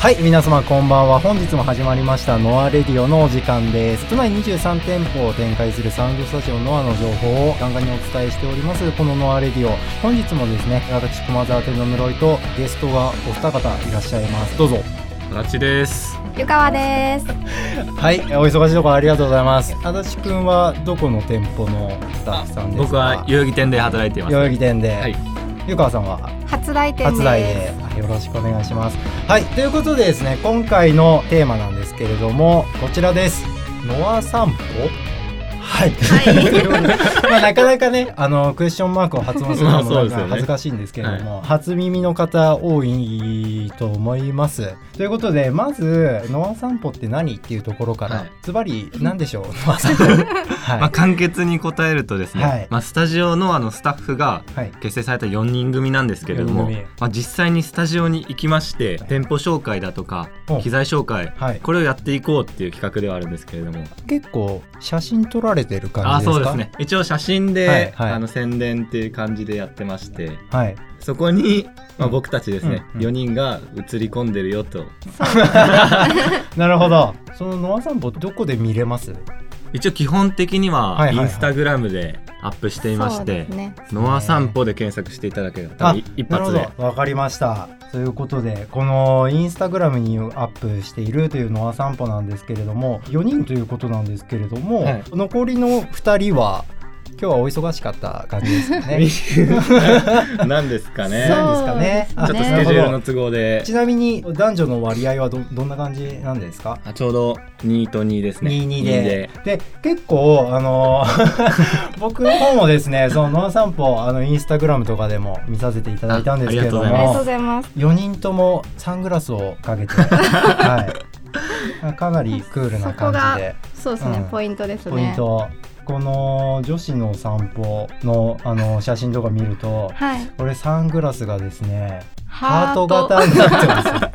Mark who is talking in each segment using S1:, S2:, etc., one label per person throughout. S1: はい皆様こんばんは本日も始まりましたノアレディオのお時間です都内23店舗を展開するサウンドスタジオノアの情報をガンガンにお伝えしておりますこのノアレディオ本日もですね私駒沢店の室井とゲストがお二方いらっしゃいますどうぞ
S2: ラチです。
S3: ゆかわです。
S1: はいお忙しいところありがとうございます足立くんはどこの店舗のスタッフさんですか
S2: 僕は代々木店で働いています。
S1: 代々木店で、
S2: はい
S1: 湯川さんは
S3: 初来店です。
S1: 初台であよろしくお願いします。はいということでですね今回のテーマなんですけれどもこちらです。ノア散歩はい、 まあなかなかねあのクエスチョンマークを発音するのも
S2: ま
S1: な
S2: あそうんです
S1: か
S2: よね
S1: 恥ずかしいんですけれども、初耳の方多いと思います。ということでまず「ノア散歩って何?」っていうところから、
S2: はい
S1: ズバリ何でしょ うノア散歩、はい
S2: まあ簡潔に答えるとですね、
S1: はい
S2: まあスタジオのあのスタッフが
S1: はい
S2: 結成された4人組なんですけれども
S1: 四人組、
S2: まあ実際にスタジオに行きまして、店舗紹介だとか
S1: お
S2: 機材紹介、
S1: はい、
S2: これをやっていこうっていう企画ではあるんですけれども、
S1: 結構写真撮られてる
S2: あ
S1: 感
S2: あ
S1: じで
S2: そ
S1: す
S2: う
S1: か
S2: ですね。一応写真で、
S1: はいはい
S2: あの宣伝っていう感じでやってまして、
S1: はい
S2: そこにまあ僕たちですね、
S1: うんうん
S2: 4人が映り込んでるよと、
S1: なるほど。そのノア散歩どこで見れます？
S2: 一応基本的には
S1: はいはい
S2: イ
S1: はい
S2: ンスタグラムでアップしていまして。
S3: そうですね。
S2: ノア散歩で検索していただければ多分い一
S1: なる
S2: 発
S1: ほ
S2: で
S1: ど。わかりました。ということでこのインスタグラムにアップしているというノア散歩なんですけれども、4人ということなんですけれども、
S2: はい
S1: 残りの2人は今日はお忙しかった感じですか ね。
S2: なんですかね
S1: そうなんですかね
S2: ちょっとスケジュールの都合で
S1: ちなみに男女の割合はどどんな感じなんですか？
S2: あちょうど2と2ですね
S1: 22でで結構あの ー僕の方もですねそのノア散歩あのインスタグラムとかでも見させていただいたんですけれど
S2: ああ
S3: ありがとう
S1: も
S3: ございます。
S1: 4人ともサングラスをか けて、はい、かなりクールな感じで
S3: そうですね、
S1: うん
S3: ポイントですね。
S1: ポイント、この女子の散歩のあの写真とか見ると
S3: はい。
S1: これサングラスがですねハ
S3: ハ
S1: ート型になって ますねなる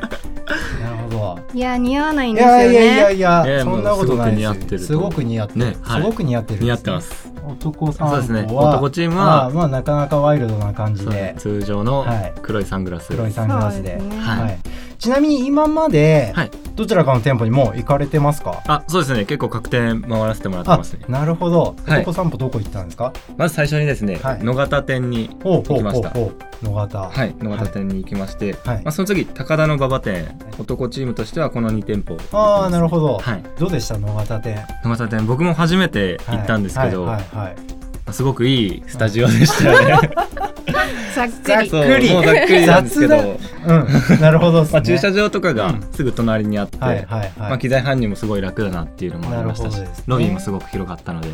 S1: ほど。
S3: いや似合わないん
S1: い
S3: ですよ
S1: や
S3: ね。
S1: いやいやいや、
S2: いや
S1: そんなことないですよ
S2: もうすごく似合ってると
S1: すごく似合ってる。
S2: ねはい
S1: すごく似合ってる、
S2: 似合ってま。す
S1: 男散歩
S2: そう
S1: は
S2: ですね男チーム
S1: まあ
S2: は
S1: まあなかなかワイルドな感じ
S2: そうで
S1: です
S2: ね、通常の
S1: はい
S2: 黒いサングラス
S1: 黒いサングラスで
S3: そうですね
S2: はい
S1: はい、ちなみに今まで
S2: はい
S1: どちらかの店舗にもう行かれてますか、
S2: あそうですね結構確定回らせてもらってますね
S1: なるほど
S2: はい
S1: 男散歩どこ行ったんですか、
S2: まず最初にですね、
S1: はい
S2: 野方店に
S1: ほうほう
S2: 行きま
S1: ほう
S2: した
S1: ほう野方、
S2: はいい野方店に行きまして、
S1: はい
S2: まあ、その次高田の馬場店男チームとしてはこの2店舗
S1: ああなるほど、
S2: はい
S1: どうでした野方店
S2: 野方店僕も初めて行ったんですけど、
S1: はいはいはいはい
S2: すごくいいスタジオでしたよね、そう
S3: ざっくり。
S1: ざっくり
S2: もうざっくりなんですけ
S1: 雑
S2: ど、
S1: うんなるほどっすね
S2: まあ、駐車場とか
S1: う
S2: が
S1: ん
S2: すぐ隣にあって、
S1: はいはいはい、
S2: まあ、機材搬入もすごい楽だなっていうのもありました
S1: な
S2: し、
S1: るほどですね
S2: ロビーもすごく広かったので、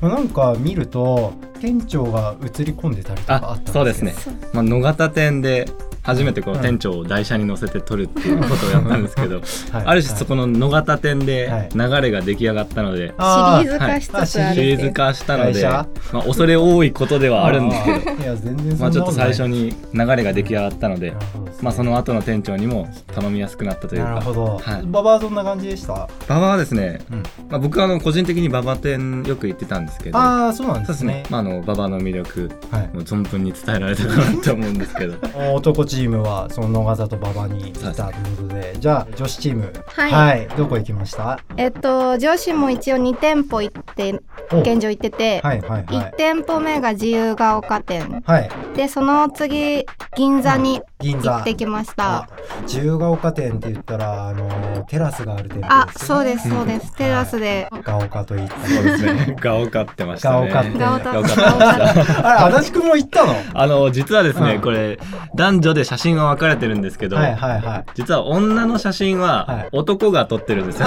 S1: はい、なんか見ると店長が映り込んでたりとかあ
S2: あ
S1: ったんですけど
S2: そうですね、まあ、野方店で初めてこの店長を台車に乗せて撮るっていうことをやったんですけど、
S1: はい
S2: ある種そこの野方店で
S1: はい
S2: 流れが出来上がったので、
S1: あ
S3: シリーズ化しつつあ
S1: はい
S2: シ
S3: るってい
S2: リ
S3: う。
S2: ーズ化したの
S1: 台
S2: で、
S1: 車
S2: まあ、恐れ多いことではあるんですけど
S1: どいや全然そんなことない
S2: まあ、ちょっと最初に流れが出来上がったので、
S1: なるほどですね
S2: まあ、その後の店長にも頼みやすくなったという
S1: なる
S2: か
S1: ほど、
S2: はい
S1: ババはどんな感じでした、
S2: 馬場はですねまあ、僕はあの個人的に馬場店よく行ってたんですけどそう
S1: ああそうなんで
S2: ですす
S1: ね
S2: ね、まあ、あの馬場の魅力
S1: はい
S2: もう存分に伝えられたかなと思うんですけど
S1: 男チームはその野方と馬場に行ったということでじゃあ女子チーム
S3: はい
S1: どこ行きました
S3: えっと女子も一応2店舗行って
S1: お
S3: 現状行ってて、
S1: はいはいは
S3: 1
S1: い
S3: 店舗目が自由が丘店
S1: はい
S3: でその次銀座に
S1: 銀座
S3: 行ってきました。
S1: 自由が丘店って言ったらあのテラスがある店舗
S3: あ
S1: ですよ
S3: そう
S1: ね
S3: ですそうです、テラスで
S1: が丘といって
S2: そうです ねが多かってましたね
S1: が多かった
S3: ガオタ
S2: が多かっ
S3: ガオタ
S2: てました
S1: あれ足立くんも行ったのは
S2: あの実はですね、
S1: うん
S2: これ男女で写真は分かれてるんですけ
S1: い
S2: ど、
S1: はいはい
S2: 実は女の写真
S1: はい
S2: は男が撮ってるんですよ、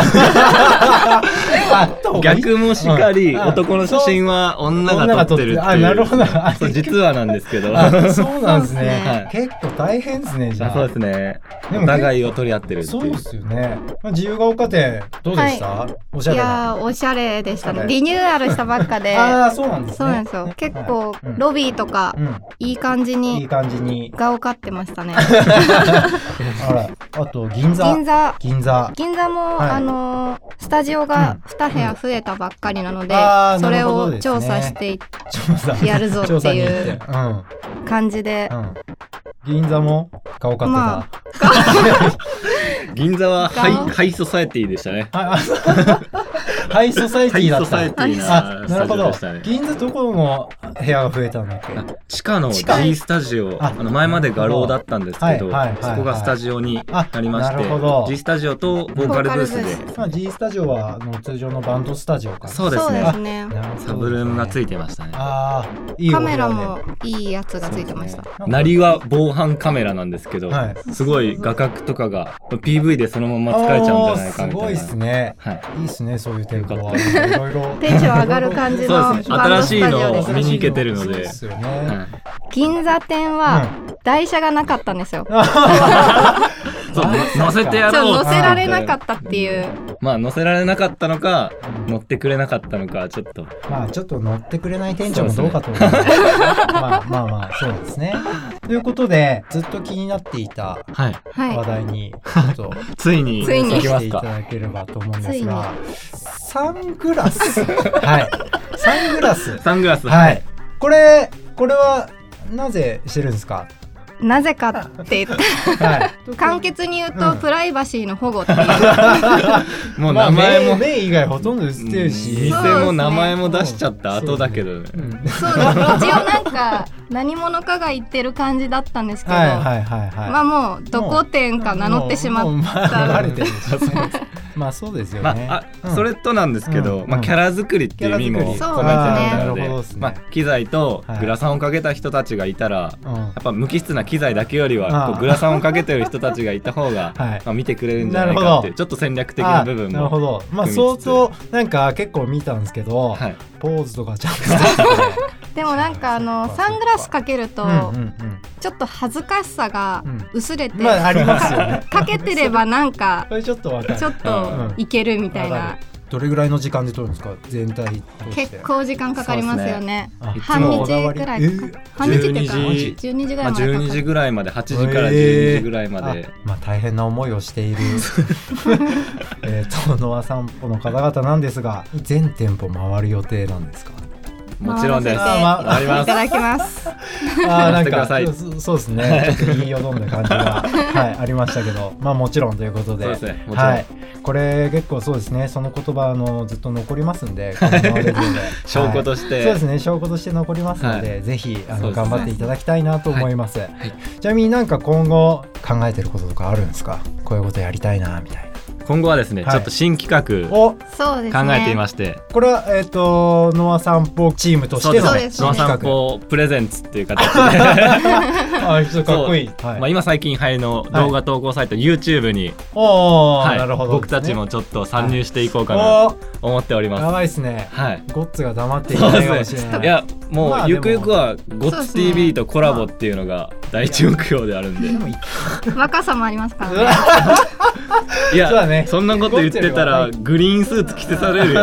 S1: あ
S2: 逆もしかり、
S1: うん
S2: 男の写真は女が撮ってるっていう
S1: あなるほどあ
S2: そう実はなんですけど
S1: あそうなんですね
S2: はい
S1: 結構大変ですねじゃ
S2: あ
S1: あ
S2: そうですね
S1: でも
S2: お互いを取り合ってるって
S1: そ
S2: い
S1: う
S2: う
S1: ですよね。まあ自由が丘店どうでした？おしゃ
S3: い
S1: れな。
S3: やーおしゃれでした
S1: おしゃ
S3: ね
S1: れ
S3: リニューアルしたばっかで
S1: ああそうなんですね。
S3: そうなんですよ結構
S1: うん
S3: ロビーとか
S1: う
S3: いい感じ
S1: ん、いい
S3: に
S1: 感じに。
S3: がをかって ましたね
S1: あらあと銀座。
S3: 銀座
S1: 銀座。
S3: 銀座も、
S1: はい
S3: あのースタジオ
S1: う
S3: が
S1: ん
S3: 2部屋増えたばっかりなので、
S1: あー
S3: それ
S1: なるほど
S3: を
S1: ですね
S3: 調査していっ
S1: 調査。
S3: やるぞっていう
S1: 調査に行って
S3: 感じで
S1: うんうん。銀座も顔買ってた。
S3: ま
S2: 銀座はハ
S3: 銀
S2: イ
S3: 座
S2: ハイソサエティでしたね。
S1: はいあ ハイソサイテ
S2: ハ
S1: ィ
S2: イ
S1: だ
S2: ソ
S1: っ
S2: サエテ
S1: た。
S2: ィ
S1: あ、
S2: なス
S1: なるほ
S2: タジオ
S1: ど
S2: でした。ね。
S1: 銀座どこの部屋が増えたんだっけ
S2: あ地下の
S1: 地下
S2: G スタジオ
S1: あ
S2: あの前まで画廊だったんですけど、
S1: はいはいはいはい
S2: そこがスタジオに
S1: あ
S2: なりまし
S1: な
S2: て
S1: るほど
S2: G スタジオとボーカルブース
S3: ボーカル
S2: で
S1: まあ G スタジオはあの通常のバンドスタジオか。
S2: そうです
S3: そう
S2: ね
S3: ですね。
S1: なるほど
S2: サブルームがついてましたね
S1: ああ、いい
S3: カ
S1: お部屋
S3: メ
S1: で
S3: ラもいいやつがついてました。。
S2: なりは防犯カメラなんですけど、
S1: はい
S2: すごい画角とかが PV でそのまま使えちゃうんじゃないかみ
S1: おー
S2: たい
S1: すごいっ
S2: な
S1: すね。
S2: はい
S1: いいっすね、そういう抵抗は。
S2: よ
S1: いろいろ。
S3: テンション上がる感じの
S2: そ
S3: バ
S2: う
S3: ン
S2: で
S3: ド
S2: す
S3: ス
S2: ね
S3: タジ
S2: 新し
S3: オで
S2: い
S3: す
S2: の。見に行けてるので
S1: そうっすよね。
S2: はい
S3: 銀座店は台車がなかったんですよ。
S2: そう
S1: あ
S2: の乗せてや
S3: ちょ
S2: ろ
S3: っと
S2: う
S3: 乗せられなかったっていう。
S2: まあ乗せられなかったのか
S1: うん
S2: 乗ってくれなかったのかちょっと
S1: まあちょっと乗ってくれない店長もどうかと思いますけどまあまあまあそうですね。ということでずっと気になっていた
S2: はい
S3: はい
S1: 話。題にちょっと
S2: ついに
S3: ついに
S2: 行
S1: 行
S2: き
S1: か
S2: ま
S1: せて
S2: す
S1: い
S2: か
S1: ただければと思うんですがサングラ スはいサングラス
S2: サングラス
S1: はいこれこれはなぜしてるんですか
S3: なぜかって言って、
S1: はい
S3: 簡潔に言う
S1: う
S3: と
S1: ん
S3: プライバシーの保護っていう。
S2: もう
S1: まあ
S2: 名前も、
S1: 目目以外ほとんど映ってる
S2: うん
S1: し
S2: 店
S3: そう
S2: も名前も出しちゃった後だけどね、
S1: うん
S3: そうです。一応なんか何者かが言ってる感じだったんですけど、
S1: はいはいはいはい
S3: まあもうどこ店か名乗ってしま
S1: もう
S3: っ
S1: もうあ
S3: た
S1: バレてるでしょまあそうですよ
S2: ま
S1: ね。
S2: あ、あ
S1: うん
S2: それとなんですけど、
S1: うん
S2: まあ、キャラ作りっていう意味も込め
S1: キ
S2: て
S3: ャラ
S2: な
S3: 作り
S2: たの
S1: そうですねなる
S2: で
S1: ほどですね
S2: まあ、機材とグラサンをかけた人たちがいたら、
S1: うん
S2: やっぱ無機質な機材だけより
S1: あ
S2: は
S1: あ
S2: こうグラサンをかけてる人たちがいた方が、
S1: はい
S2: まあ、見てくれるんじゃない
S1: なる
S2: かっ
S1: ほ
S2: てい
S1: ど
S2: うちょっと戦略的な部
S1: あ
S2: 分
S1: なるほ
S2: も。
S1: どまあ
S2: 組みつつ
S1: 相当なんか結構見たんですけど、
S2: はい、
S1: ポーズとかちゃんとして
S3: でもなんかあ
S1: そ
S3: の
S1: っかそっか
S3: サングラスかけると
S1: うんうん
S3: ちょっと恥ずかしさが薄れて、
S1: うんまあありますよね
S3: かけてればなんか
S1: これちょっとわかる
S3: ちょっといけるみたい
S1: わか
S3: な
S1: る。どれぐらいの時間で撮るんですか全体通して
S3: 結構時間かかりますよね。
S1: あ
S2: いつも
S3: 半日くらい
S1: え
S3: かか。半日っていうか
S2: 12時
S3: 十二時ぐ
S2: ま
S3: らい
S2: あ、
S3: までかか
S2: 12時ぐら
S3: る。
S2: いまで8時か
S1: え
S2: ら
S1: ー
S2: 12時ぐらいまで、
S1: あまあ大変な思いをしてい るえーとノア散歩の方々の方々なんですが全店舗回る予定なんですか
S2: もちろんです。
S3: 回
S1: らせて
S2: あり
S3: いた
S2: ます。
S3: だきます。
S1: あーな
S2: 回
S1: ん
S2: してください
S1: かそそうですねちょっと言いよどんだ感じ が、はい、ありましたけどまあもちろんということで
S2: そうですねもちろん
S1: はい、これ結構そうですねその言葉あのずっと残りますんでこのレディオで
S2: 証拠
S1: し
S2: としてて、
S1: そうですね証拠として残りますので、ぜひあ
S2: そう
S1: の
S2: です
S1: 頑
S2: ね
S1: 張っていただきたいなと思います、
S2: い
S1: ちなみになんか今後考えてることとかあるんですかこういうことやりたいなみたい
S2: 今後はですね、
S1: はい
S2: ちょっと新企画
S1: なお
S3: そうですね。
S2: 考えていまして、
S1: これはえっ、とノア散歩チームとし
S2: そう
S1: て
S2: で
S1: の
S2: す
S3: そう
S2: ね
S3: で。すね
S2: 野散歩プレゼンツっていう形で、
S1: あちょっとかっこいい、はい
S2: まあ今最近流行りの動画投稿サイト YouTube に、
S1: おー、
S2: はい
S1: なるほど、
S2: 僕たちもちょっと参入していこうかなと
S1: おー
S2: 思っており
S1: や
S2: ます。
S1: ばいっすね
S2: はい。
S1: ゴッツが黙っていないかもしれない
S2: いやも
S1: まあ
S2: う
S1: でも
S2: ゆくゆくはゴ
S3: そう
S2: ッ
S3: で
S2: ツ
S3: すね
S2: TV とコラボっていうのが第一目標であるんで、
S1: でもいい
S3: 若さもありますから
S1: う
S3: ね。
S1: わ
S2: い
S1: そうだ
S2: や
S1: ね
S2: そんなこと言ってた
S1: ゴッ
S2: ら
S1: ツ
S2: グリーンスーツ着せされるよ。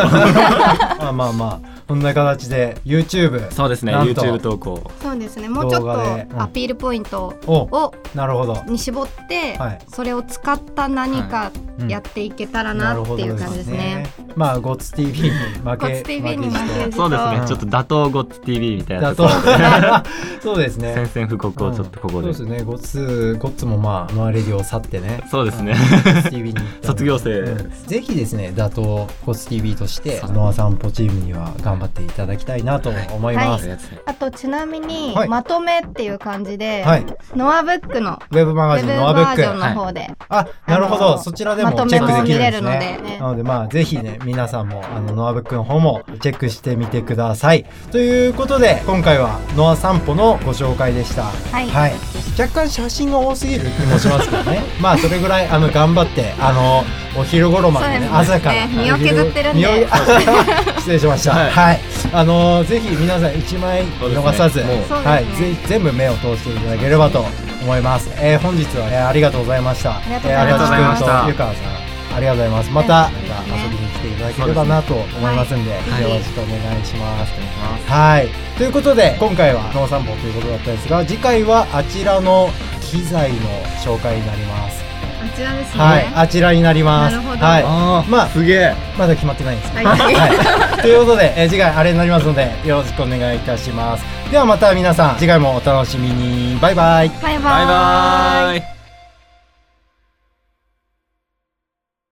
S1: まあまあまあこんな形で YouTube
S2: そうですね
S1: なんと
S2: YouTube 投稿。
S3: そうですね。もうちょっ
S1: 動画でうん
S3: とアピールポイント
S1: お
S3: を
S1: なるほど
S3: に絞って、
S1: はい
S3: それを使った何かやっていけたらなっていう感じですね。
S1: まあゴッツ TV に負
S3: ゴ
S1: け
S3: ッツ TV に
S1: 負け
S3: 負け
S1: じ
S3: じ
S2: そうです
S1: うん
S2: ねちょっと打倒ゴッツ TV みたい
S1: と
S2: な
S1: だ
S2: と ことろで
S1: そうですね
S2: 宣戦布告をちょっとここ
S1: う
S2: で
S1: ん。そうですねゴッツゴッツもまあノアレディを去ってね
S2: そうですね。
S1: ゴッツ TV に行ったので
S2: 卒業生
S1: うんぜひですね打倒ゴッツ TV として
S2: そう
S1: ノア散歩チームには頑張っていただきたいなと思います
S3: あとちなみに、
S1: はい
S3: まとめっていう感じで、
S1: はい
S3: ノアブックの
S1: ウェブマ
S3: ウ
S1: ガ
S3: ェ
S1: ジ
S3: ブ
S1: ンノアブッ
S3: バージョ
S1: ク
S3: ンの方で、
S1: あ、なるほ
S3: あ
S1: ど。
S3: の
S1: そちらでも
S3: まと
S1: チェ
S3: め
S1: ッ
S3: も
S1: クできるんです
S3: 見れ
S1: ね
S3: る。ので
S1: なのでまあぜひね皆さんもあのノアブックの方もチェックしてみてください。ということで今回はノア散歩のご紹介でした。はい若干写真が多すぎる気もしますけど ね。まあそれぐらいあの頑張ってあのお昼頃まで、ね
S3: そうですね
S1: 朝から
S3: 身を削ってるんで
S1: 身を 失礼しました。は。
S2: はいい
S1: あのぜひ皆さん一枚逃さず、
S2: そうですねもう
S3: そうですね
S1: はいぜ全部目を通していただければと思います。えー本日は、えーありがとうございました。
S3: りがとうございました
S1: えー足立君と
S2: あり
S1: ゆ
S2: が
S1: かわさん、ありがとうございます。また、
S3: ありがとうございま
S1: また
S3: す
S1: 遊びに来ていただければなと思いますんで、
S3: い
S1: よろしくお願いします。はい。ということで、今回は農散歩ということだったんですが、次回はあちらの機材の紹介になります。
S3: あちらですね。
S1: はい、あちらになります。
S3: なるほど
S1: はい。
S2: ああ
S1: まあ
S2: すげえ。
S1: まだ決まってないんですけど。
S3: はい
S1: はい。ということで、えー次回あれになりますので、よろしくお願いいたします。ではまた皆さん次回もお楽しみにバイバイ
S3: バイバ
S2: バイバーイ